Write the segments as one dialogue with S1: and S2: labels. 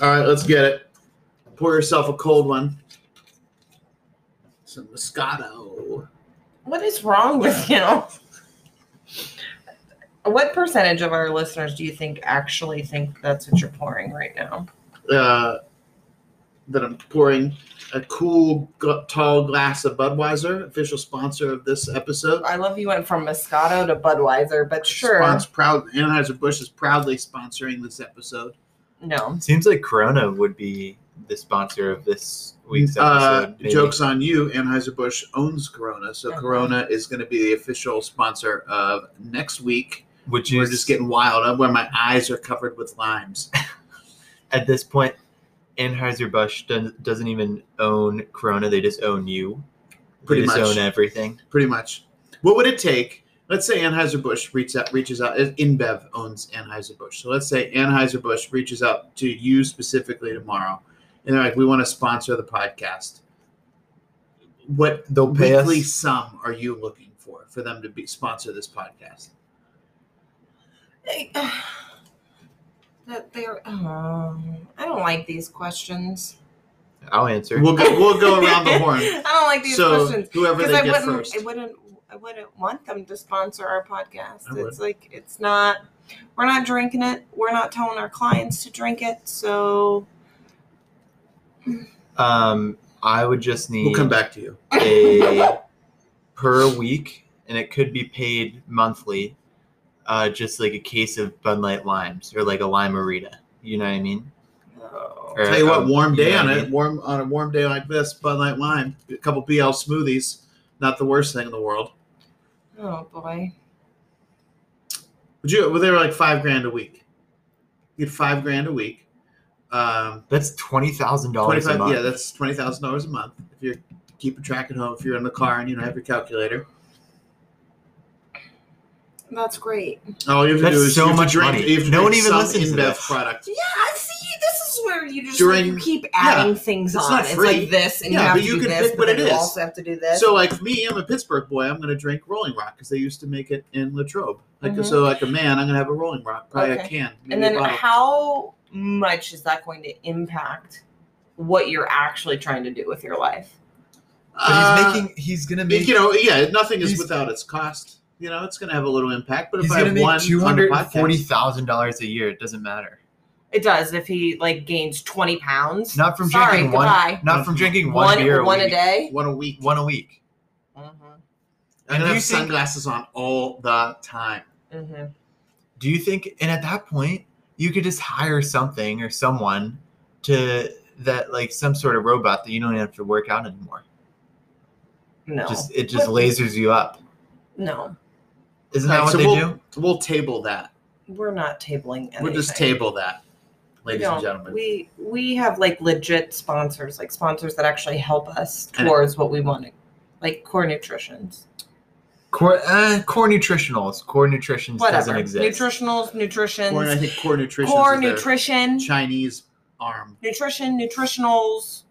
S1: All right, let's get it. Pour yourself a cold one. Some Moscato.
S2: What is wrong with you? What percentage of our listeners do you think actually think that's what you're pouring right now?
S1: Uh, that I'm pouring a cool, gu- tall glass of Budweiser, official sponsor of this episode.
S2: I love you went from Moscato to Budweiser, but sure.
S1: Spons- proud, Anheuser-Busch is proudly sponsoring this episode.
S2: No.
S3: Seems like Corona would be the sponsor of this week's
S1: Uh,
S3: episode. maybe.
S1: jokes on you. Anheuser-Busch owns Corona, so
S2: Uh-huh.
S1: Corona is going to be the official sponsor of next week.
S3: Would you
S1: We're just getting wild. i where my eyes are covered with limes.
S3: at this point, Anheuser-Busch does, doesn't even own Corona. They just own you.
S1: Pretty
S3: they just
S1: much.
S3: own everything.
S1: pretty much. What would it take? Let's say Anheuser Busch reaches out, reaches out. InBev owns Anheuser Busch, so let's say Anheuser Busch reaches out to you specifically tomorrow, and they're like, "We want to sponsor the podcast." What
S3: They'll pay us.
S1: weekly sum are you looking for for them to be sponsor this podcast?
S2: They- That they're. Um, I don't like these questions.
S3: I'll answer.
S1: We'll go. We'll go around the horn.
S2: I don't like these
S1: So
S2: questions.
S1: whoever
S2: because
S1: they
S2: I
S1: get
S2: wouldn't,
S1: first.
S2: I wouldn't, I wouldn't want them to sponsor our podcast.
S1: I would.
S2: It's like it's not. We're not drinking it. We're not telling our clients to drink it. So
S3: um, I would just need
S1: We'll come back to you.
S3: a per week, and it could be paid monthly. Uh, just like a case of Bud Light limes or like a limerita. You know what I mean?
S2: no.
S3: Or,
S1: Tell you what,
S3: um,
S1: warm day
S3: know
S1: on
S3: what I
S1: it.
S3: mean?
S1: Warm on a warm day like this, Bud Light Lime, a couple BL smoothies, not the worst thing in the world.
S2: oh boy,
S1: Would you? Well, they were like five grand a week. You get five grand a week. Um,
S3: That's twenty thousand dollars a
S1: twenty-five.
S3: month.
S1: Yeah, that's twenty thousand dollars a month if you're keeping track at home. If you're in the car and you don't have your calculator,
S2: that's great.
S1: all you have to
S3: That's
S1: do is
S3: so
S1: you have to
S3: much
S1: drink.
S3: money.
S1: You have to
S3: No one
S1: drink
S3: even
S1: some
S3: listens
S1: InBev
S3: to this.
S1: product.
S2: Yeah, see, this is where you just
S1: During-
S2: like, you keep adding things
S1: It's
S2: on.
S1: not free.
S2: It's like this, and
S1: Yeah,
S2: you have
S1: but
S2: to
S1: you
S2: do
S1: can
S2: this,
S1: pick
S2: but
S1: what
S2: then
S1: it
S2: you
S1: is.
S2: also have to do this.
S1: So, like me, I'm a Pittsburgh boy. I'm going to drink Rolling Rock because they used to make it in Latrobe. Like
S2: Mhm.
S1: so, like a man, I'm going to have a Rolling Rock, probably a
S2: Okay.
S1: can, maybe
S2: and
S1: a
S2: then
S1: bottle.
S2: how much is that going to impact what you're actually trying to do with your life?
S3: But
S1: Uh,
S3: he's making. He's gonna
S1: It-
S3: make.
S1: you know, yeah, nothing is
S3: He's-
S1: without its cost. You know, it's going to have a little impact, but if
S3: he's
S1: I
S3: gonna
S1: have
S3: make
S1: one
S3: two
S1: on the
S3: hundred forty
S1: podcast,
S3: thousand dollars a year. It doesn't matter.
S2: It does if he like gains twenty pounds.
S3: Not from
S2: Sorry,
S3: drinking one.
S2: goodbye.
S3: Not from drinking one,
S2: One
S3: beer a
S2: one
S3: week.
S2: a day.
S1: one a week,
S3: One a week.
S2: Mm-hmm.
S1: I'm
S3: And
S1: gonna
S3: do
S1: have
S3: you think-
S1: sunglasses on all the time.
S2: Mm-hmm.
S3: Do you think? And at that point, you could just hire something or someone to that like some sort of robot that you don't have to work out anymore.
S2: No,
S3: Just it just
S2: But-
S3: lasers you up.
S2: no,
S3: Isn't that
S1: Right,
S3: what
S1: so
S3: they
S1: we'll,
S3: do?
S1: We'll table that.
S2: we're not tabling anything.
S1: We'll just table that,
S2: We
S1: ladies and
S2: don't.
S1: gentlemen.
S2: We we have like legit sponsors, like sponsors that actually help us
S1: And-
S2: towards what we want, like Core Nutrition's.
S3: Core, uh, core nutritionals. Core nutrition doesn't
S2: Whatever.
S3: exist.
S2: Nutritionals,
S1: Core, I
S2: nutritions,
S1: think core nutrition.
S2: Core
S1: is their
S2: Nutrition,
S1: Chinese arm.
S2: nutrition, nutritionals,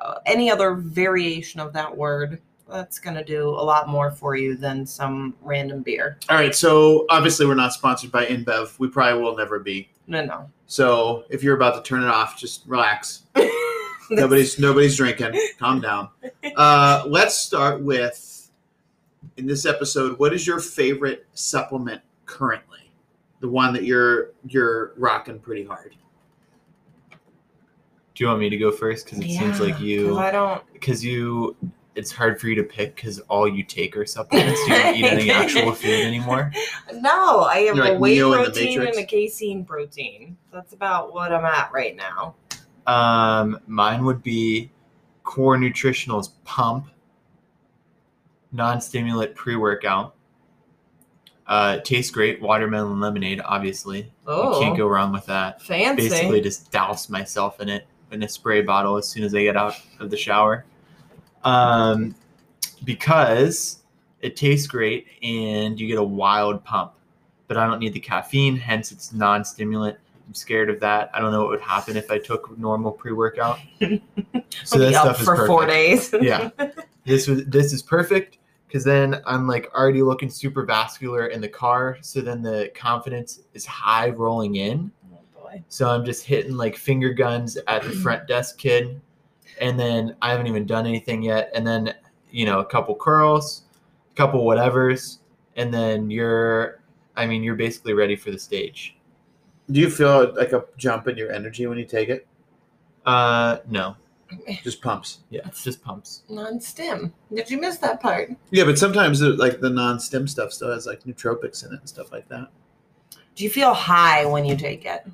S2: uh, any other variation of that word. That's gonna do a lot more for you than some random beer.
S1: All right, so obviously we're not sponsored by InBev. We probably will never be.
S2: No, no.
S1: So if you're about to turn it off, just relax. nobody's nobody's drinking. Calm down. Uh, let's start with in this episode. What is your favorite supplement currently? The one that you're you're rocking pretty hard.
S3: Do you want me to go first? Because it seems like
S2: Yeah, 'cause
S3: you.
S2: I don't.
S3: because you it's hard for you to pick because all you take are supplements you don't eat any actual food anymore
S2: No, I have
S1: You're
S2: a
S1: like
S2: whey
S1: Neo in the
S2: protein and
S1: Matrix.
S2: a casein protein. That's about what I'm at right now.
S3: um mine would be core nutritionals pump non-stimulant pre-workout uh tastes great watermelon lemonade obviously you
S2: Oh,
S3: can't go wrong with that
S2: fancy.
S3: basically just douse myself in it in a spray bottle as soon as I get out of the shower. Um, because it tastes great and you get a wild pump, but I don't need the caffeine, hence it's non stimulant. I'm scared of that. I don't know what would happen if I took normal pre workout. so
S2: I'll
S3: that
S2: be
S3: stuff
S2: up
S3: is
S2: for
S3: perfect.
S2: four days.
S3: Yeah. This was this is perfect because then I'm like already looking super vascular in the car. So then the confidence is high rolling in
S2: Oh, boy. Okay.
S3: So I'm just hitting like finger guns at the front desk kid. And then I haven't even done anything yet. And then, you know, a couple curls, a couple whatevers. And then you're, I mean, you're basically ready for the stage.
S1: Do you feel like a jump in your energy when you take it?
S3: Uh, no.
S1: Just pumps.
S3: Yeah. It's just pumps.
S2: Non-stim. Did you miss that part?
S1: Yeah, but sometimes it, like the non-stem stuff still has like nootropics in it and stuff like that.
S2: Do you feel high when you take it?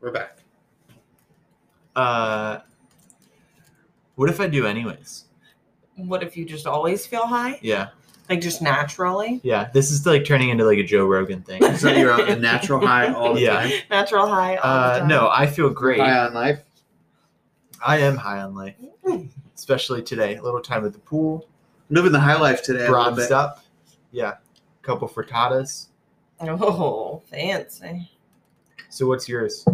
S1: We're back.
S3: Uh, what if I do anyways?
S2: What if you just always feel high?
S3: Yeah.
S2: Like just naturally?
S3: Yeah. This is like turning into like a Joe Rogan thing.
S1: So you're on the natural high all the
S3: Yeah.
S1: time.
S2: Natural high. all the
S3: Uh,
S2: time?
S3: no, I feel great.
S1: High on life.
S3: I am high on life, especially today. A little time at the pool,
S1: Living the high life today. a little
S3: bronzed
S1: bit.
S3: up. Yeah, couple frittatas.
S2: Oh, fancy.
S3: So, what's yours?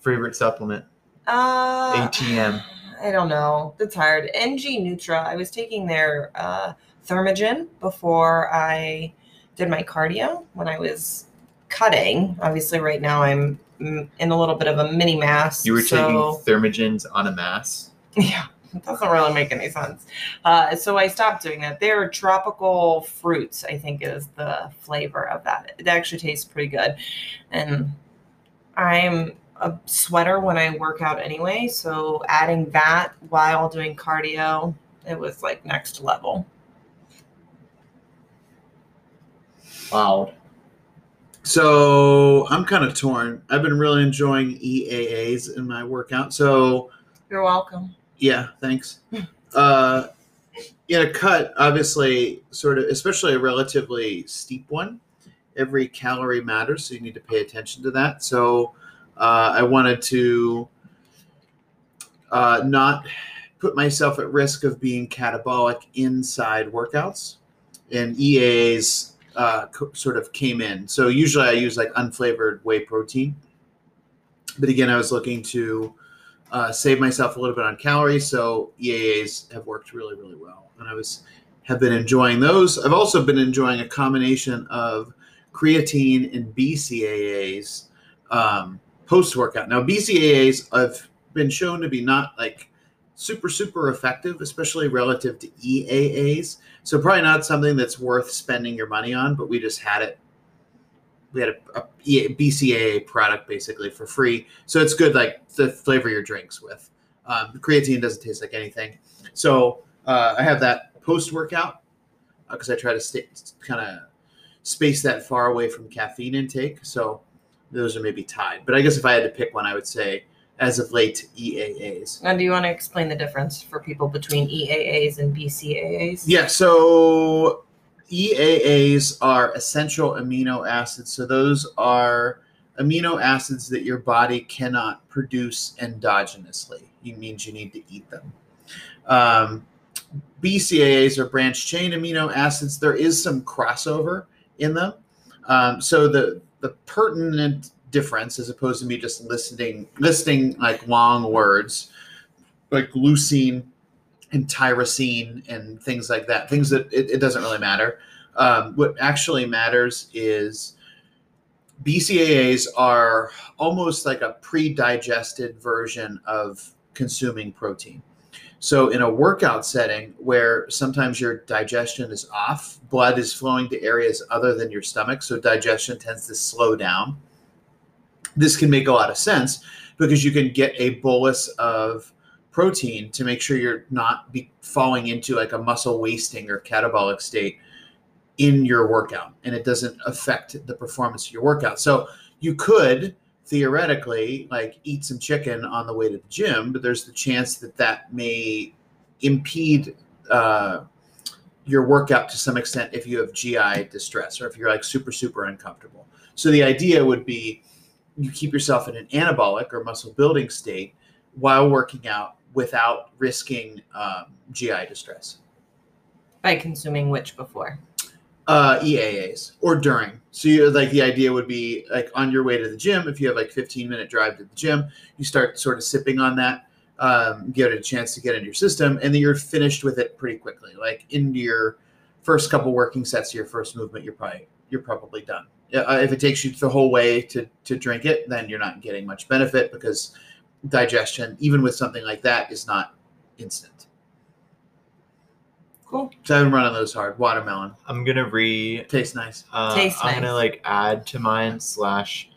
S3: Favorite supplement?
S2: Uh,
S3: ATM.
S2: I don't know. That's hard. NG Nutra. I was taking their uh, Thermogen before I did my cardio when I was cutting. Obviously, right now I'm mm, in a little bit of a mini mass.
S3: You were
S2: so-
S3: taking thermogens on a mass.
S2: Yeah, it doesn't really make any sense. Uh, so I stopped doing that. They're tropical fruits, I think, is the flavor of that. It actually tastes pretty good. And I'm a sweater when I work out anyway. So adding that while doing cardio, it was like next level.
S3: Wow.
S1: So I'm kind of torn. I've been really enjoying EAAs in my workout. So
S2: You're welcome.
S1: yeah, thanks. Uh, in a cut, obviously, sort of, especially a relatively steep one, every calorie matters. So you need to pay attention to that. So uh, I wanted to uh, not put myself at risk of being catabolic inside workouts. And EAAs uh, co- sort of came in. So usually I use like unflavored whey protein. But again, I was looking to uh, save myself a little bit on calories. So EAAs have worked really, really well, and I was have been enjoying those. I've also been enjoying a combination of creatine and BCAAs um, post workout. Now BCAAs have been shown to be not like super super effective, especially relative to EAAs. So probably not something that's worth spending your money on. But we just had it. We had a, E a EA BCAA product basically for free so it's good like to flavor your drinks with. Um, creatine doesn't taste like anything, so uh, I have that post workout because I try to stay kind of space that far away from caffeine intake. So those are maybe tied, but I guess if I had to pick one, I would say as of late E EAAs.
S2: Now, do you want to explain the difference for people between EAAs and BCAAs?
S1: Yeah, so EAAs are essential amino acids. So those are amino acids that your body cannot produce endogenously. It means you need to eat them. Um, BCAAs are branch chain amino acids. There is some crossover in them. Um, so the the pertinent difference, as opposed to me just listing listing like long words, like leucine and tyrosine and things like that things that it, it doesn't really matter um, what actually matters is bcaas are almost like a pre-digested version of consuming protein so in a workout setting where sometimes your digestion is off blood is flowing to areas other than your stomach so digestion tends to slow down this can make a lot of sense because you can get a bolus of protein to make sure you're not be falling into like a muscle wasting or catabolic state in your workout and it doesn't affect the performance of your workout. So you could theoretically like eat some chicken on the way to the gym, but there's the chance that that may impede uh, your workout to some extent if you have GI distress or if you're like super, super uncomfortable. So the idea would be you keep yourself in an anabolic or muscle building state while working out without risking um, GI distress.
S2: By consuming which before?
S1: Uh, EAAs or during. So you like the idea would be like on your way to the gym. If you have like 15 minute drive to the gym, you start sort of sipping on that, um, give it a chance to get into your system, and then you're finished with it pretty quickly. Like into your first couple working sets, of your first movement, you're probably you're probably done. uh, if it takes you the whole way to to drink it, then you're not getting much benefit because digestion, even with something like that, is not instant.
S2: Cool.
S1: So I've been running those hard. Watermelon
S3: I'm gonna re.
S1: tastes nice.
S3: Uh,
S2: Tastes
S3: I'm gonna
S2: nice.
S3: like add to mine slash.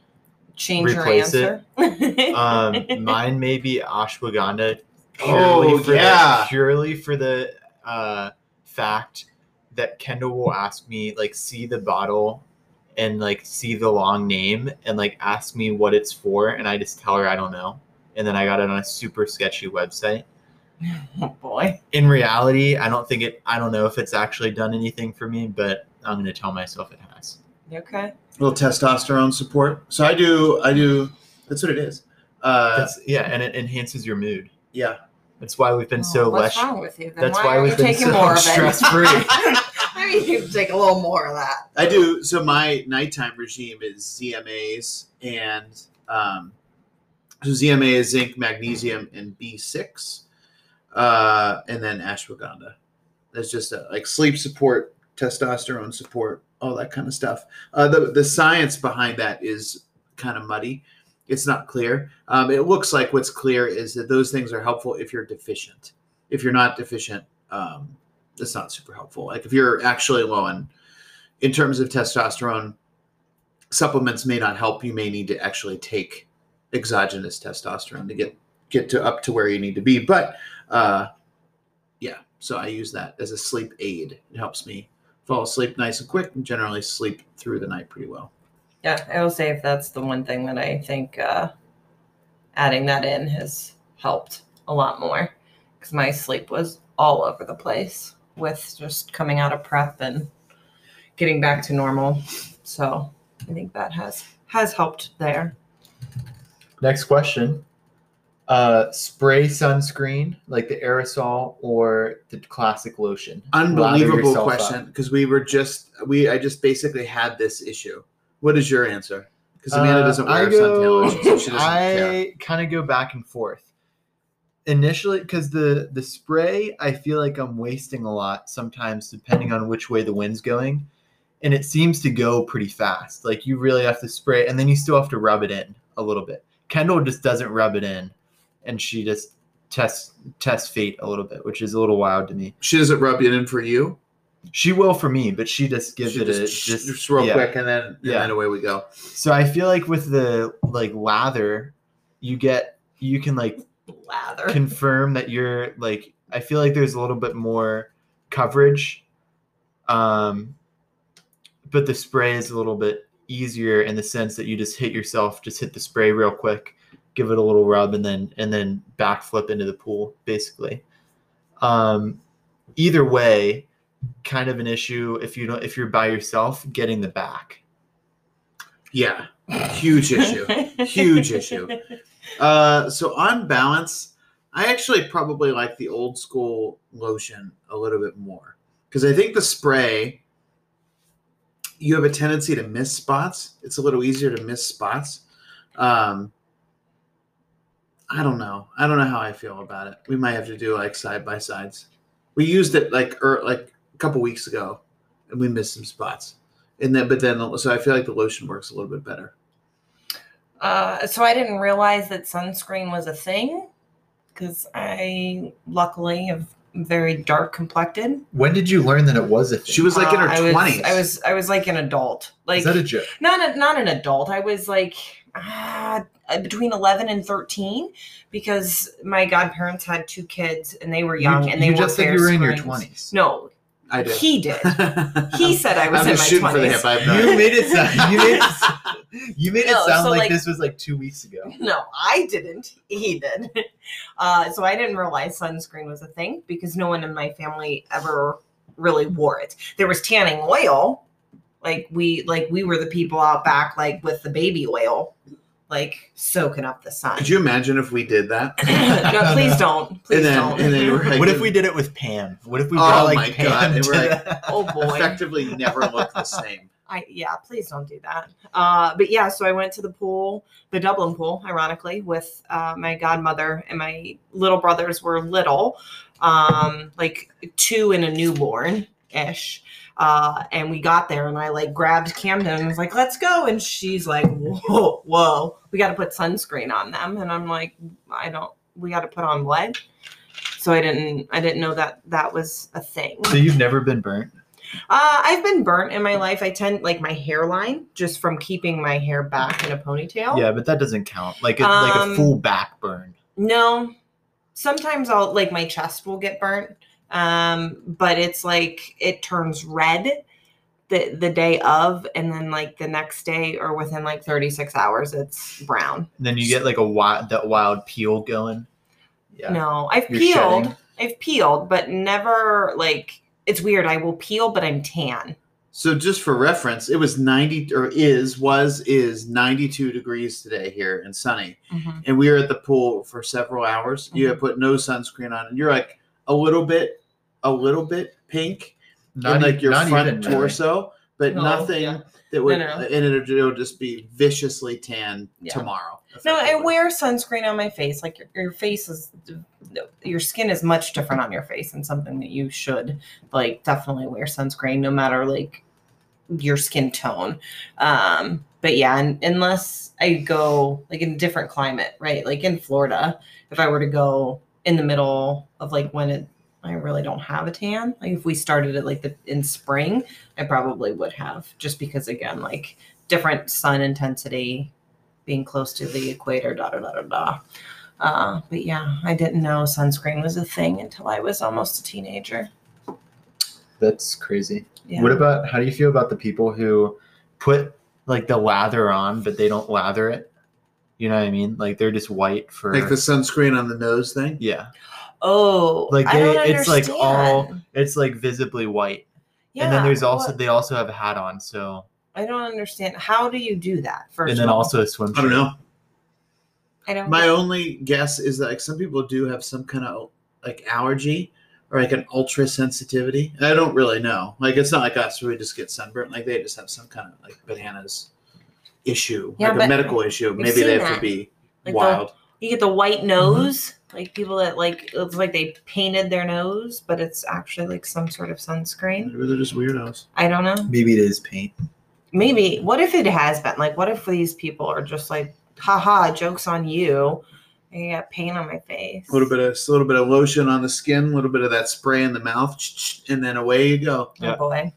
S2: Change your
S3: Replace
S2: answer.
S3: Um, mine may be ashwagandha. Purely
S1: Oh,
S3: for
S1: yeah.
S3: The, purely for the uh, fact that Kendall will ask me like see the bottle and like see the long name and like ask me what it's for and I just tell her I don't know and then I got it on a super sketchy website.
S2: oh boy.
S3: in reality, I don't think it. I don't know if it's actually done anything for me, but I'm gonna tell myself it has.
S2: Okay.
S1: A little testosterone support. So I do. I do. That's what it is. Uh,
S3: That's, yeah, and it enhances your mood.
S1: yeah.
S3: That's why we've been so
S2: Oh, what's
S3: less.
S2: wrong with you? Then
S3: That's
S2: why,
S3: why,
S2: are you
S3: we've been
S2: taking
S3: so
S2: more of
S3: stress
S2: it?
S3: free.
S2: Maybe you could take a little more of that.
S1: I do. So my nighttime regime is ZMAs and um, so ZMA is zinc, magnesium, and B6, uh, and then ashwagandha. That's just a, like sleep support, testosterone support, all that kind of stuff. Uh, the the science behind that is kind of muddy. It's not clear. Um, it looks like what's clear is that those things are helpful if you're deficient. If you're not deficient, um, it's not super helpful. Like if you're actually low in in terms of testosterone, supplements may not help. You may need to actually take exogenous testosterone to get get to up to where you need to be. But uh, yeah, so I use that as a sleep aid. It helps me fall asleep nice and quick, and generally sleep through the night pretty well.
S2: Yeah, I will say if that's the one thing that I think uh, adding that in has helped a lot more because my sleep was all over the place with just coming out of prep and getting back to normal. So I think that has has helped there.
S3: Next question: uh, Spray sunscreen like the aerosol or the classic lotion? Lather
S1: Unbelievable
S3: yourself up.
S1: question because we were just we I just basically had this issue. What is your answer? Because Amanda
S3: Uh,
S1: doesn't
S3: I
S1: wear suntan lotion, so she doesn't care.
S3: I kind of go back and forth. Initially, because the the spray, I feel like I'm wasting a lot sometimes, depending on which way the wind's going, and it seems to go pretty fast. Like you really have to spray, and then you still have to rub it in a little bit. Kendall just doesn't rub it in, and she just tests tests fate a little bit, which is a little wild to me.
S1: She doesn't rub it in for you.
S3: She will for me, but she just gives
S1: She
S3: it
S1: just,
S3: a just,
S1: just real
S3: yeah.
S1: quick, and then and
S3: Yeah.
S1: then away we go.
S3: So I feel like with the like lather, you get you can like
S2: Lather.
S3: confirm that you're like I feel like there's a little bit more coverage. Um but the spray is a little bit easier in the sense that you just hit yourself, just hit the spray real quick, give it a little rub and then and then backflip into the pool basically. Um either way, kind of an issue if you don't if you're by yourself getting the back.
S1: Yeah, huge issue. Huge issue. Uh, so on balance, I actually probably like the old school lotion a little bit more because I think the spray. You have a tendency to miss spots. It's a little easier to miss spots. Um, I don't know. I don't know how I feel about it. We might have to do like side by sides. We used it like er, like a couple weeks ago, and we missed some spots. And then, but then, so I feel like the lotion works a little bit better.
S2: Uh, so I didn't realize that sunscreen was a thing because I luckily am very dark complected.
S3: When did you learn that it was a thing?
S1: She was like in
S2: Uh, I
S1: her
S2: was-
S1: twenties.
S2: I was I was like an adult, like
S3: Is that a joke?
S2: not a, not an adult. I was like ah, between eleven and thirteen because my godparents had two kids and they were young
S3: you,
S2: and they
S3: you
S2: were
S3: just said
S2: fair
S3: you were in your
S2: squares.
S3: 20s.
S2: No,
S1: I did.
S2: he did. He said I was
S1: I'm
S2: in
S1: just shooting
S2: my
S1: for the
S2: twenties.
S1: hip. I have no
S3: You
S1: idea.
S3: made it sound. You made it, you made it
S2: No,
S3: sound
S2: so,
S3: like,
S2: like-
S3: this was like two weeks ago.
S2: No, I didn't. He did. Uh, so I didn't realize sunscreen was a thing because no one in my family ever really wore it. There was tanning oil, like we like we were the people out back like with the baby oil, like soaking up the sun.
S1: Could you imagine if we did that?
S2: no, please don't. Please
S1: and then,
S2: don't.
S1: and then you were like,
S3: What if we did it with Pam? What if we
S1: Oh
S3: brought
S1: my
S3: like Pam
S1: God, they
S3: to
S1: were like-
S3: the-
S2: oh boy.
S1: effectively never look the same?
S2: I yeah, please don't do that. Uh, but yeah, so I went to the pool, the Dublin pool, ironically, with uh, my godmother and my little brothers were little, um, like two and a newborn, ish. Uh, and we got there, and I like grabbed Camden and was like, "Let's go!" And she's like, "Whoa, whoa, we got to put sunscreen on them." And I'm like, "I don't. We got to put on what?" So I didn't. I didn't know that that was a thing.
S3: So you've never been burnt?
S2: Uh, I've been burnt in my life. I tend like my hairline just from keeping my hair back in a ponytail.
S3: Yeah, but that doesn't count. Like a, like a
S2: Um,
S3: full back burn.
S2: No, sometimes I'll like my chest will get burnt, um, but it's like it turns red the the day of, and then like the next day or within like thirty six hours, it's brown.
S3: And then you get like a wild that wild peel going. Yeah.
S2: No, I've
S3: You're
S2: peeled,
S3: shedding.
S2: I've peeled, but never like it's weird. I will peel, but I'm tan.
S1: So just for reference, it was 90 or is was is 92 degrees today here and sunny. And we were at the pool for several hours. You
S2: Mm-hmm.
S1: had put no sunscreen on and you're like a little bit a little bit pink in
S3: e-
S1: like your
S3: not
S1: front
S3: even really.
S1: torso, but
S2: No,
S1: nothing
S2: yeah.
S1: that would
S2: No, no.
S1: and it'll, it'll just be viciously tan
S2: Yeah.
S1: tomorrow.
S2: No, I
S1: effectively.
S2: wear sunscreen on my face. Like your, your face is, your skin is much different on your face, and something that you should like definitely wear sunscreen, no matter like your skin tone. Um, but yeah, and, unless I go like in a different climate, right? Like in Florida, if I were to go in the middle of like when it, I really don't have a tan. Like if we started it like the in spring, I probably would have, just because again, like different sun intensity, being close to the equator, da da da da da. Uh, but yeah, I didn't know sunscreen was a thing until I was almost a teenager.
S3: That's crazy.
S2: Yeah.
S3: What about how do you feel about the people who put like the lather on but they don't lather it? You know what I mean? Like they're just white for
S1: like the sunscreen on the nose thing.
S3: yeah.
S2: oh,
S3: Like
S2: I don't
S3: they- it's like all-
S2: understand.
S3: It's like visibly white.
S2: Yeah,
S3: and then there's also
S2: what-
S3: they also have a hat on, so
S2: I don't understand. How do you do that? First,
S3: and then
S2: of all?
S3: also a swim
S1: I don't know.
S2: I don't.
S1: My only guess is that like some people do have some kind of like allergy or like an ultra sensitivity. I don't really know. Like it's not like us where we just get sunburnt. Like they just have some kind of like bananas issue,
S2: Yeah,
S1: like a
S2: but
S1: medical issue.
S2: we've
S1: Maybe they
S2: seen
S1: have to
S2: that.
S1: be
S2: Like the-
S1: wild.
S2: you get the white
S3: Mm-hmm.
S2: nose, like people that like it's like they painted their nose, but it's actually like some sort of sunscreen.
S1: Maybe they're just weirdos.
S2: I don't know.
S3: Maybe it is paint.
S2: maybe what if it has been like what if these people are just like haha jokes on you i got pain on my face
S1: A little bit of a little bit of lotion on the skin, a little bit of that spray in the mouth, and then away you go.
S2: oh
S3: Yeah.
S2: boy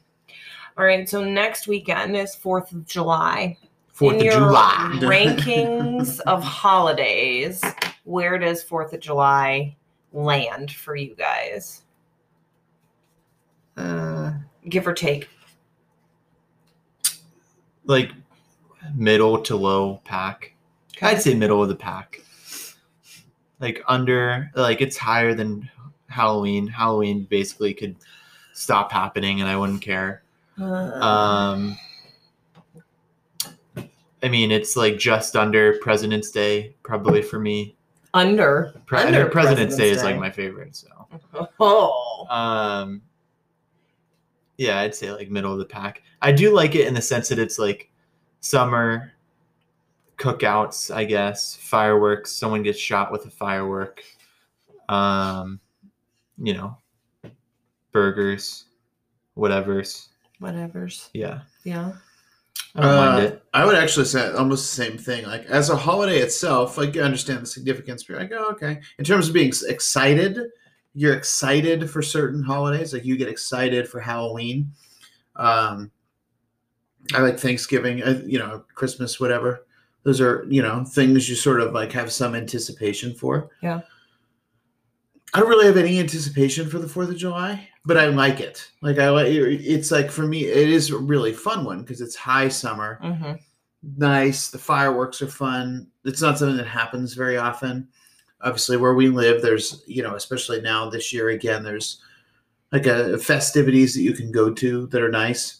S2: all right so next weekend is fourth of july
S3: Fourth
S2: in
S3: of
S2: your
S3: July.
S2: rankings of holidays where does fourth of july land for you guys
S3: Uh,
S2: give or take
S3: like middle to low pack. I'd say middle of the pack. Like under, like it's higher than Halloween. Halloween basically could stop happening and I wouldn't care.
S2: Uh,
S3: Um, I mean, it's like just under President's Day, probably for me.
S2: under
S3: Pre- I know
S2: under
S3: President's, Day is like my favorite. So,
S2: oh
S3: um, yeah, I'd say like middle of the pack. I do like it in the sense that it's like summer cookouts, I guess, fireworks. Someone gets shot with a firework. Um, you know, burgers, whatever's.
S2: whatever's
S3: Yeah,
S2: yeah
S3: I don't mind
S1: Uh,
S3: it.
S1: I would actually say almost the same thing. Like as a holiday itself, like you understand the significance, but you're like, oh, okay. In terms of being s- excited, you're excited for certain holidays. Like you get excited for Halloween. Um, I like Thanksgiving. I, you know, Christmas, whatever. Those are you know things you sort of like have some anticipation for.
S2: Yeah.
S1: I don't really have any anticipation for the Fourth of July, but I like it. Like I like it's like for me, it is a really fun one because it's high summer
S2: mm-hmm.
S1: nice. The fireworks are fun. It's not something that happens very often. Obviously, where we live, there's you know, especially now this year again, there's like a festivities that you can go to that are nice.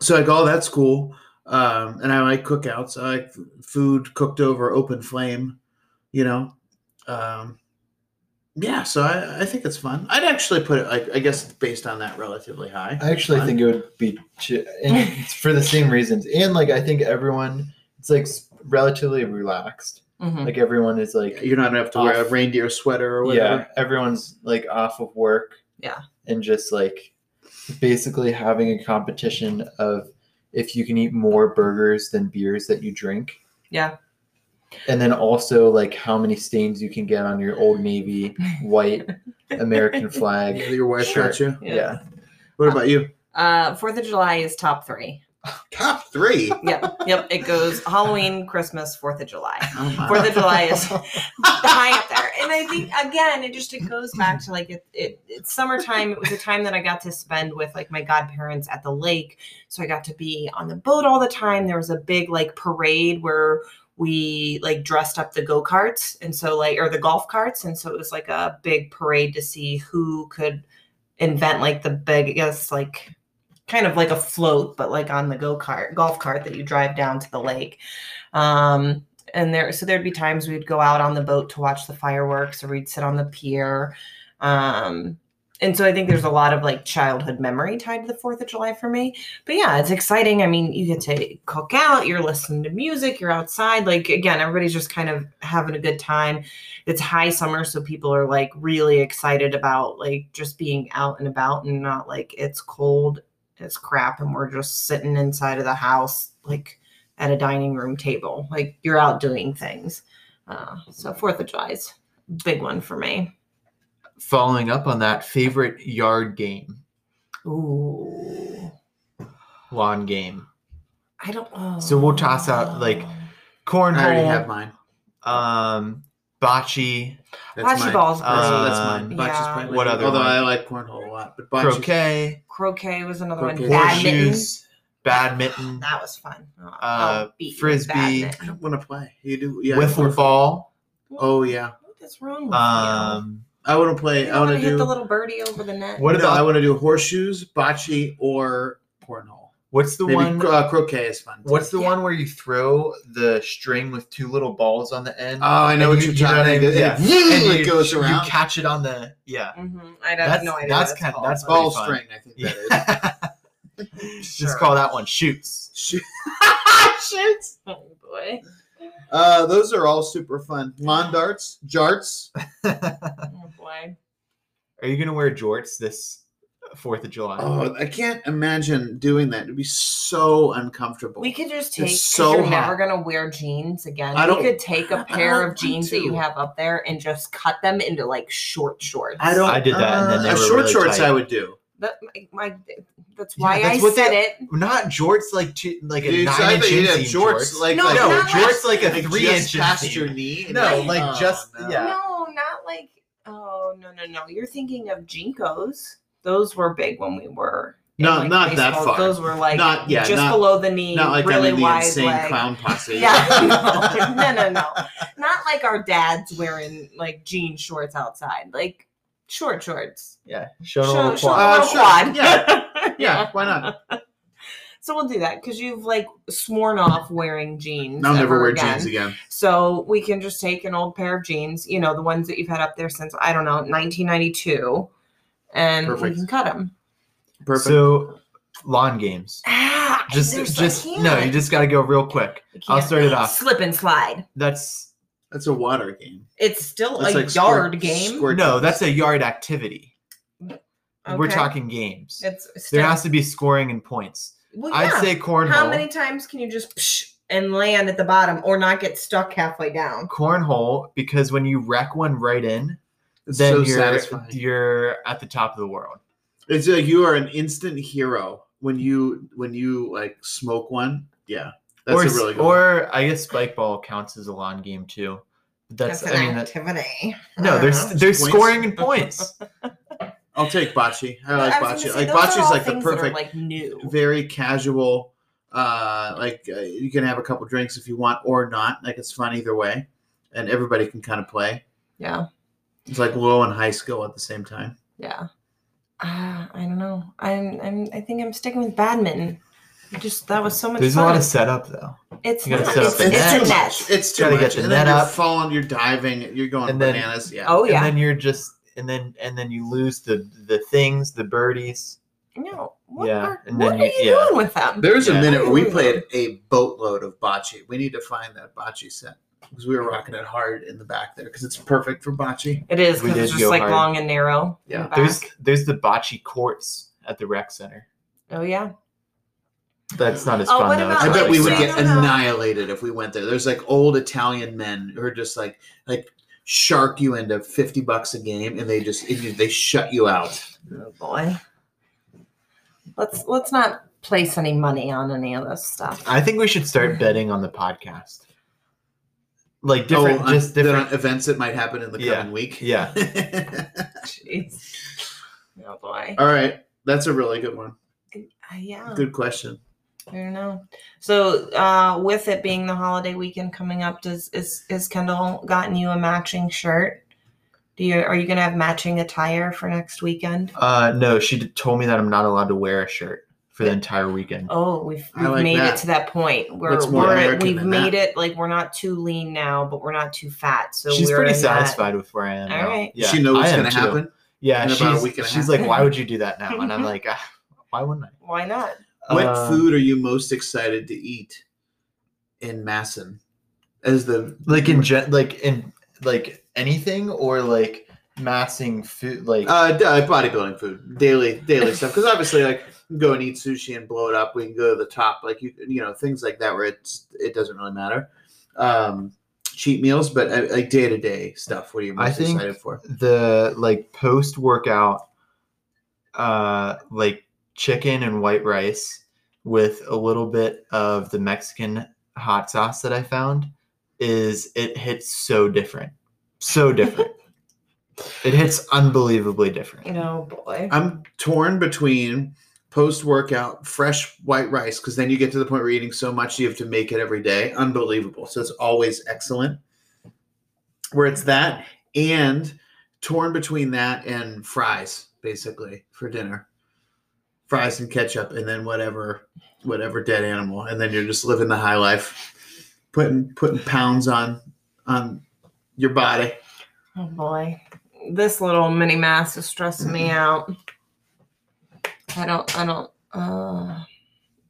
S1: So like, oh, that's cool. Um, and I like cookouts. I like food cooked over open flame. You know, um, yeah. So I, I think it's fun. I'd actually put it, like, I guess, based on that, relatively high.
S3: I actually
S1: Fun.
S3: think it would be chi- and it's for the same reasons. And like I think everyone it's like s- relatively relaxed.
S2: Mm-hmm.
S3: Like everyone is like
S1: You're not gonna have to wear a
S3: Off.
S1: reindeer sweater or whatever.
S3: yeah, everyone's like off of work.
S2: Yeah.
S3: And just like basically having a competition of if you can eat more burgers than beers that you drink.
S2: Yeah.
S3: And then also like how many stains you can get on your old navy white American flag.
S1: Your wife
S3: Sure.
S1: got you.
S3: Yeah.
S1: What about you?
S2: Uh, Fourth of July is top three.
S1: Top three.
S2: Yep. Yep. It goes Halloween, Christmas, Fourth of July.
S1: Oh my.
S2: Fourth of July is high up there. And I think again, it just it goes back to like it, it it's summertime. It was a time that I got to spend with like my godparents at the lake. So I got to be on the boat all the time. There was a big like parade where we like dressed up the go-karts and so like or the golf carts and so it was like a big parade to see who could invent like the biggest like kind of like a float but like on the go-kart golf cart that you drive down to the lake um and there so there'd be times we'd go out on the boat to watch the fireworks or we'd sit on the pier um and so i think there's a lot of like childhood memory tied to the fourth of july for me but yeah it's exciting i mean you get to cook out you're listening to music you're outside like again everybody's just kind of having a good time it's high summer so people are like really excited about like just being out and about and not like it's cold as crap and we're just sitting inside of the house like at a dining room table. Like you're out doing things. Uh, so Fourth of July is a big one for me.
S3: Following up on that, favorite yard game,
S2: Ooh,
S3: lawn game.
S2: I don't. Oh.
S3: So we'll toss out, like,
S1: I already have
S3: Cornhole,
S1: mine.
S3: um, bocce,
S1: That's
S2: bocce
S1: mine.
S2: balls.
S1: That's,
S3: Uh,
S1: that's mine. Bocce's
S2: yeah.
S1: probably
S3: What
S1: mine.
S3: other
S1: Although
S3: one?
S1: I like cornhole a lot, but bocce's
S3: croquet,
S2: Croquet was another
S1: Croquet.
S2: one. Badminton.
S3: horseshoes, badminton,
S2: That was fun. I'll-
S3: Uh,
S2: I'll beat you with
S3: frisbee.
S1: I
S2: badminton.
S1: don't want to play. You do. Yeah.
S3: wiffle ball.
S1: Oh yeah.
S2: What is wrong with
S3: Um,
S1: I want to
S2: you?
S1: play.
S2: You
S1: I
S2: want to
S1: want
S2: hit
S1: do.
S2: the little birdie over the net.
S3: What
S1: no,
S3: about-
S1: I want to do horseshoes, bocce, or cornhole.
S3: what's the
S1: Maybe
S3: one?
S1: cro- uh, croquet is fun. too.
S3: What's the
S2: Yeah.
S3: one where you throw the string with two little balls on the end?
S1: Oh, I know what
S3: And you-
S1: you're
S3: you know what I
S1: talking
S3: mean?
S1: about. Yeah.
S3: Yeah.
S1: It
S3: you-
S1: goes around.
S3: You catch it on the yeah.
S2: Mm-hmm. I don't
S3: That's
S2: know. I don't
S3: that's
S2: know
S3: kind
S2: what
S3: that's
S2: it's
S1: Ball
S3: pretty fun.
S1: string, I think that is.
S3: Just
S2: Sure.
S3: call that one shoots.
S1: Shoot.
S2: Shoots. Oh boy.
S1: Uh, those are all super fun. Lawn darts, jarts.
S3: Are
S2: Oh boy.
S3: you gonna wear jorts this Fourth of July?
S1: Oh, I can't imagine doing that. It'd be so uncomfortable.
S2: We could just take. 'cause
S1: so
S2: you're
S1: hot.
S2: never gonna wear jeans again.
S1: I
S2: we
S1: don't-
S2: could take
S1: I
S2: a pair
S1: don't
S2: of
S1: want
S2: jeans that you
S1: to.
S2: have up there and just cut them into like short shorts.
S1: I don't.
S3: I did that and then they
S1: uh,
S3: were
S1: short
S3: really
S1: shorts.
S3: tight.
S1: I would do.
S2: That, my, my- that's
S3: Yeah,
S2: why
S3: that's
S2: I
S3: what
S2: said
S3: they-
S2: it.
S3: Not jorts like two, like a
S1: Dude, so I
S3: nine
S1: thought
S3: inch
S1: you'd
S3: inseam
S1: have jorts,
S3: jorts.
S1: like-
S2: No,
S1: like-
S3: no,
S2: not
S3: jorts like a
S1: Like,
S3: three
S1: just
S3: inch
S1: past
S3: inseem.
S1: your knee.
S3: No,
S1: Like,
S3: like
S1: oh,
S3: just
S1: no.
S3: yeah.
S2: No, not like. Oh no no no! You're thinking of jinkos. Those were big when we were. in,
S1: No,
S2: like,
S1: not that
S2: baseball.
S1: far.
S2: Those were like
S1: Not- yeah,
S2: just
S1: not-
S2: below the knee,
S1: Not like
S2: really
S1: I'm in the
S2: wide
S1: insane
S2: leg.
S1: clown posse.
S2: Yeah, no, no, no, no. Not like our dads wearing like jean shorts outside, like short shorts.
S3: Yeah, show, a
S2: Show-
S3: little
S2: show a
S3: quad.
S1: Uh,
S2: little
S1: sure.
S2: quad.
S1: Yeah. yeah, why not?
S2: So we'll do that because you've like sworn off wearing jeans.
S1: I'll never
S2: ever
S1: wear
S2: again.
S1: jeans again.
S2: So we can just take an old pair of jeans, you know, the ones that you've had up there since I don't know 1992, and we
S1: Perfect.
S2: can cut them.
S1: Perfect.
S3: So lawn games.
S2: Ah,
S3: Just
S2: there's- I
S3: just no, you
S2: can't.
S3: just gotta go real quick.
S2: I
S3: I'll
S2: can't.
S3: start it off.
S2: Slip and slide.
S3: That's
S1: That's a water game.
S2: It's still
S1: That's
S2: a
S1: like squirt-
S2: yard game.
S1: squirt-
S3: no, that's a yard activity. We're
S2: Okay.
S3: talking games.
S2: It's
S3: There
S2: still-
S3: has to be scoring and points.
S2: Well,
S3: I'd
S2: yeah.
S3: say cornhole.
S2: How many times can you just psh and land at the bottom or not get stuck halfway down?
S3: cornhole because when you wreck one right in,
S1: It's
S3: then
S1: so
S3: you're
S1: satisfying.
S3: you're at the top of the world.
S1: It's like you are an instant hero when you when you like smoke one. Yeah, that's
S3: or,
S1: a
S3: s-
S1: really good. one.
S3: or I guess spike ball counts as a lawn game too. That's, I mean that,
S2: activity.
S3: no, there's
S2: Uh-huh.
S3: there's
S1: Points?
S3: scoring and points.
S1: I'll take bocce. I like
S2: I was
S1: bocce.
S2: gonna say,
S1: Like
S2: those are
S1: bocce's
S2: all
S1: like the
S2: things that are,
S1: perfect,
S2: like new.
S1: very casual. Uh, like uh, you can have a couple drinks if you want or not. Like it's fun either way, and everybody can kind of play.
S2: Yeah,
S1: It's like low and high skill at the same time.
S2: yeah. Uh, I don't know. I'm, I'm. I think I'm sticking with badminton. I Just that was so much
S3: There's a
S2: fun.
S3: lot of setup though,
S2: it's
S3: you gotta
S2: not.
S3: set up
S2: It's,
S3: the
S2: it's
S3: net.
S2: a
S1: too
S2: net.
S1: much. It's too
S3: Gotta
S1: much.
S3: get the
S1: and then
S3: net
S1: you're
S3: up.
S1: falling. You're diving. You're going
S3: And then-
S1: bananas. yeah.
S2: Oh yeah.
S3: and then you're just and then and then you lose the the things, the birdies.
S2: no. What
S3: Yeah,
S2: Are,
S3: and
S2: what
S3: then
S2: are
S3: you-
S2: you
S3: yeah.
S2: doing with them?
S1: There was a
S3: Yeah.
S1: minute where we played a boatload of bocce. We need to find that bocce set because we were rocking it hard in the back there because it's perfect for bocce.
S2: It is
S3: We
S2: because it's
S3: did
S2: just
S3: go
S2: like
S3: hard.
S2: long and narrow. in
S1: Yeah.
S2: the back.
S3: There's there's the bocce courts at the rec center.
S2: Oh yeah.
S3: That's not as
S2: Oh,
S3: fun
S2: what
S3: though.
S2: about,
S3: It's
S1: I bet
S3: not
S1: we
S3: as
S1: would
S3: fun.
S1: get
S2: Santa Claus.
S1: annihilated if we went there. There's like old Italian men who are just like like shark you into fifty bucks a game, and they just and you- they shut you out.
S2: Oh boy. Let's let's not place any money on any of this stuff.
S3: I think we should start betting on the podcast. Like different,
S1: Oh, on-
S3: just
S1: then on
S3: different.
S1: events that might happen in the
S3: Yeah.
S1: coming week.
S3: Yeah.
S2: Jeez. Oh boy.
S1: All right, that's a really good one.
S2: Uh, yeah.
S1: Good question.
S2: I don't know. So, uh, with it being the holiday weekend coming up, does is is Kendall gotten you a matching shirt? Do you are you gonna have matching attire for next weekend?
S3: Uh, no, she d- told me that I'm not allowed to wear a shirt for the entire weekend.
S2: Oh, we've,
S1: I
S2: we've
S1: like
S2: made
S1: that.
S2: it to that point. We're,
S1: What's more
S2: we're-
S1: American
S2: we've
S1: than
S2: made it like we're not too lean now, but we're not too fat. So
S3: she's
S2: we're
S3: pretty
S2: in that-
S3: satisfied with where I am.
S2: All
S3: now.
S2: right.
S3: Yeah,
S1: she knows
S3: I
S1: what's
S3: am
S1: going to
S3: too.
S1: happen.
S3: Yeah,
S1: in about a
S3: she's,
S1: week and a
S3: she's
S1: half.
S3: like, why would you do that now? And I'm like, "Ah, why wouldn't I?
S2: Why not?
S1: What
S3: Uh,
S1: food are you most excited to eat in Masson? As the
S3: Like in gen, like in like anything or like massing food, like
S1: uh, d- uh, bodybuilding food, daily daily stuff. Because obviously, like go and eat sushi and blow it up. We can go to the top, like you you know things like that where it's it doesn't really matter. Um, cheat meals, but uh, like day to day stuff. What are you
S3: I
S1: most
S3: think-
S1: excited for?
S3: the like post workout, uh, like chicken and white rice with a little bit of the Mexican hot sauce that I found is it hits so different, so different. it hits unbelievably different.
S2: You know, boy.
S1: I'm torn between post workout fresh white rice because then you get to the point where you're eating so much you have to make it every day. Unbelievable. So it's always excellent. Where it's that and torn between that and fries basically for dinner. Fries and ketchup and then whatever whatever dead animal and then you're just living the high life. Putting putting pounds on on your body.
S2: Oh boy, this little mini mass is stressing me
S3: Mm-hmm.
S2: out. I don't, I don't. Uh,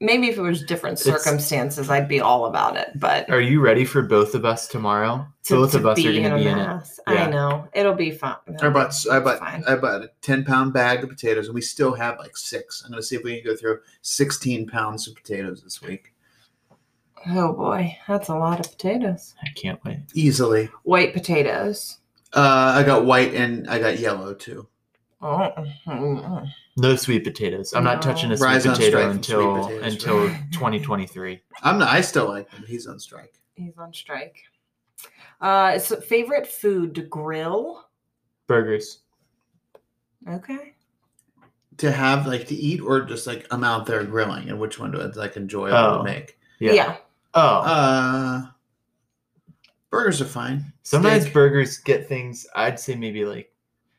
S2: maybe if it was different
S3: It's-
S2: circumstances, I'd be all about it. But
S3: Are you ready for both of us tomorrow? both of us are going to be in it.
S2: mass, I
S3: Yeah.
S2: know it'll be fun.
S1: I bought I bought
S2: Fine.
S1: I bought a ten pound bag of potatoes, and we still have like six. I'm gonna see if we can go through sixteen pounds of potatoes this week
S2: Oh boy, that's a lot of potatoes.
S3: I can't wait.
S1: easily.
S2: White potatoes.
S1: Uh, I got white and I got yellow too.
S2: Oh,
S3: Mm-hmm.
S2: mm,
S3: No sweet potatoes. I'm not
S2: No.
S3: touching a sweet
S1: Rise on
S3: potato
S1: strike from sweet
S3: until
S1: potatoes,
S3: until
S2: right?
S3: 2023.
S1: I'm not. I still like him. He's on strike.
S2: he's on strike. Uh, so favorite food to grill.
S3: Burgers.
S2: Okay.
S1: To have like to eat or just like I'm out there grilling, and which one do I like enjoy
S3: Oh.
S1: to make?
S3: Yeah. Oh,
S1: Uh, burgers are fine.
S3: sometimes
S1: steak.
S3: burgers get things. I'd say maybe like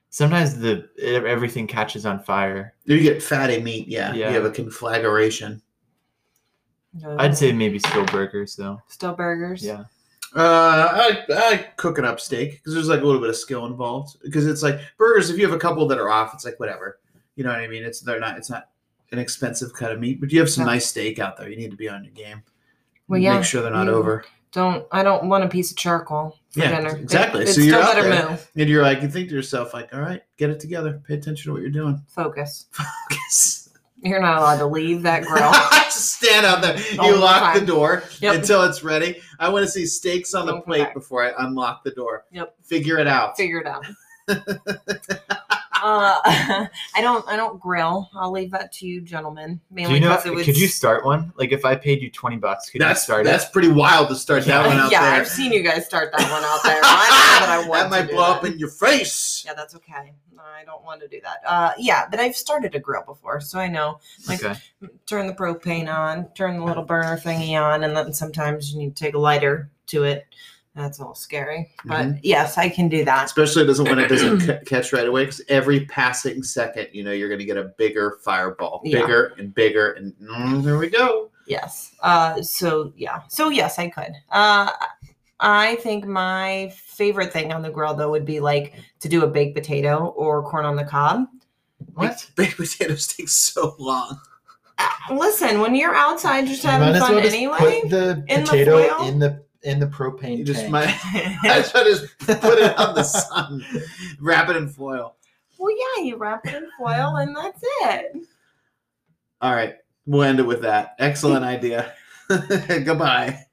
S3: sometimes the e- everything catches on fire.
S1: You get fatty meat, yeah.
S3: Yeah.
S1: You have a conflagration.
S3: I'd say maybe still burgers though.
S2: still burgers.
S3: Yeah.
S1: Uh, I, I like cooking up steak because there's like a little bit of skill involved. Because it's like burgers. If you have a couple that are off, it's like whatever. You know what I mean? It's they're not. It's not an expensive cut of meat, but you have some
S2: No.
S1: nice steak out there. You need to be on your game.
S2: Well, yeah.
S1: Make sure they're not
S2: Yeah.
S1: over.
S2: don't I don't want a piece of charcoal for
S1: Yeah,
S2: dinner.
S1: exactly.
S2: It's
S1: So you're
S2: still
S1: out
S2: better
S1: there.
S2: move.
S1: And you're like, you think to yourself, like, all right, get it together. Pay attention to what you're doing.
S2: Focus. You're not allowed to leave that grill.
S1: Just stand out there.
S2: All
S1: you
S2: the
S1: lock the
S2: time.
S1: door
S2: Yep.
S1: until it's ready. I want to see steaks on the
S2: Don't come
S1: plate
S2: back.
S1: before I unlock the door.
S2: Yep.
S1: Figure it out.
S2: Figure it out. uh, I don't I don't grill. I'll leave that to you, gentlemen.
S3: Do
S2: Mainly
S3: you know?
S2: because it was
S3: Could you start one? Like if I paid you 20 bucks, could
S1: that's
S3: you start
S1: that's pretty wild to start that one out
S2: yeah,
S1: there.
S2: I've seen you guys start that one out there. I know that I want
S1: might
S2: to do
S1: blow up
S2: that.
S1: in your face.
S2: Yeah, that's okay. I don't want to do that. Uh, yeah, but I've started a grill before, so I know.
S3: it?
S2: Like,
S3: Okay.
S2: turn the propane on, turn the little burner thingy on, and then sometimes you need to take a lighter to it. That's all scary. But
S3: Mm-hmm.
S2: yes, I can do that.
S1: Especially doesn't when it doesn't ca- catch right away because every passing second, you know, you're going to get a bigger fireball,
S2: Yeah.
S1: bigger and bigger, and mm, there we go.
S2: Yes. Uh, so yeah. So yes, I could. Uh, I think my favorite thing on the grill though would be like to do a baked potato or corn on the cob.
S3: What?
S1: Baked potatoes take so long.
S2: Uh, Listen, when you're outside just
S3: You might
S2: having
S3: as
S2: fun
S3: well just
S2: anyway.
S3: Put the
S2: in the
S3: potato
S2: foil.
S3: in the in the propane.
S1: You just
S3: tank.
S1: might. I should just put it on the sun, wrap it in foil.
S2: well, yeah, you wrap it in foil and that's it.
S1: All right. We'll end it with that. Excellent idea. Goodbye.